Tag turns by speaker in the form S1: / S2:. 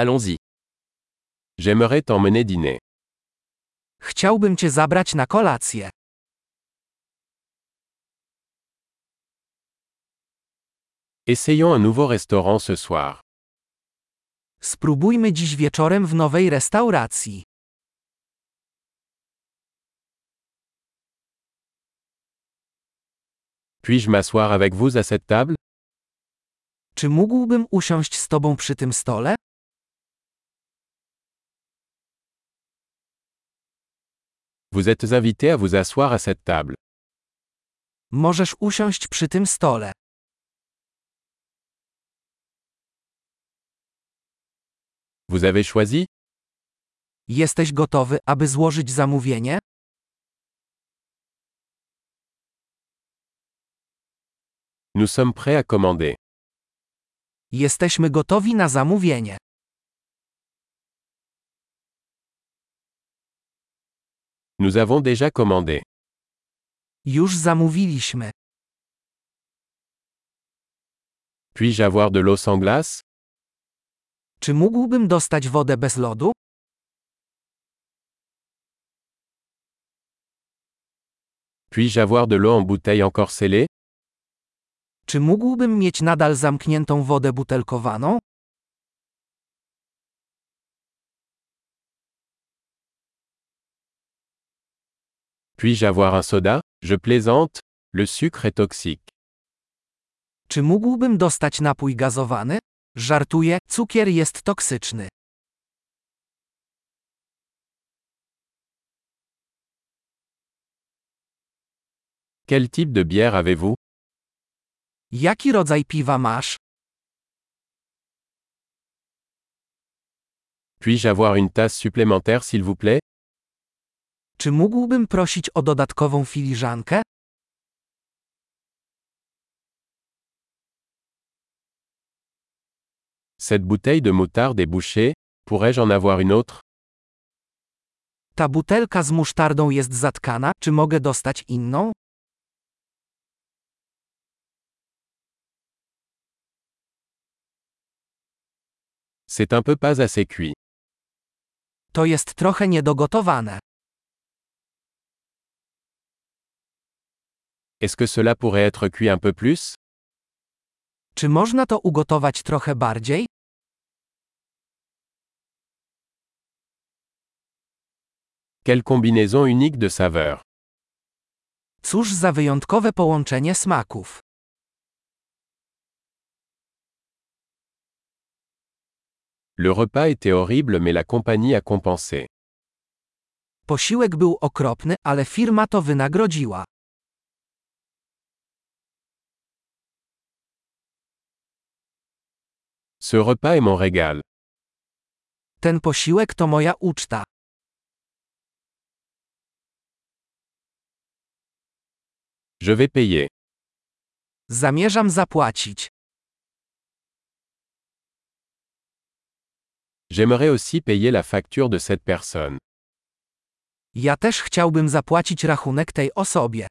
S1: Allons-y. J'aimerais t'emmener dîner.
S2: Chciałbym cię zabrać na kolację.
S1: Essayons un nouveau restaurant ce soir.
S2: Spróbujmy dziś wieczorem w nowej restauracji.
S1: Puis-je m'asseoir avec vous à cette table
S2: Czy mógłbym usiąść z tobą przy tym stole?
S1: Vous êtes invité à vous asseoir à cette table.
S2: Możesz usiąść przy tym stole.
S1: Vous avez choisi
S2: Jesteś gotowy, aby złożyć zamówienie?
S1: Nous sommes prêts à commander.
S2: Jesteśmy gotowi na zamówienie.
S1: Nous avons déjà commandé.
S2: Już zamówiliśmy.
S1: Puis-je avoir de l'eau sans glace
S2: Czy mógłbym dostać wodę bez lodu?
S1: Puis-je avoir de l'eau en bouteille encore scellée
S2: Czy mógłbym mieć nadal zamkniętą wodę butelkowaną?
S1: Puis-je avoir un soda Je plaisante. Le sucre est toxique.
S2: Czy mógłbym dostać napój gazowany? Żartuję, cukier jest toksyczny.
S1: Quel type de bière avez-vous
S2: Jaki rodzaj piwa masz?
S1: Puis-je avoir une tasse supplémentaire s'il vous plaît
S2: Czy mógłbym prosić o dodatkową filiżankę?
S1: Cette bouteille de moutarde est bouchée. Pourrais-je en avoir une autre
S2: Ta butelka z musztardą jest zatkana, czy mogę dostać inną?
S1: C'est un peu pas assez cuit.
S2: To jest trochę niedogotowane.
S1: Est-ce que cela pourrait être cuit un peu plus
S2: Czy można to ugotować trochę bardziej?
S1: Quelle combinaison unique de saveurs
S2: Cóż za wyjątkowe połączenie smaków.
S1: Le repas était horrible mais la compagnie a compensé.
S2: Posiłek był okropny, ale firma to wynagrodziła.
S1: Ce repas est mon régal.
S2: Ten posiłek to moja uczta.
S1: Je vais payer.
S2: Zamierzam zapłacić.
S1: J'aimerais aussi payer la facture de cette personne.
S2: Ja też chciałbym zapłacić rachunek tej osobie.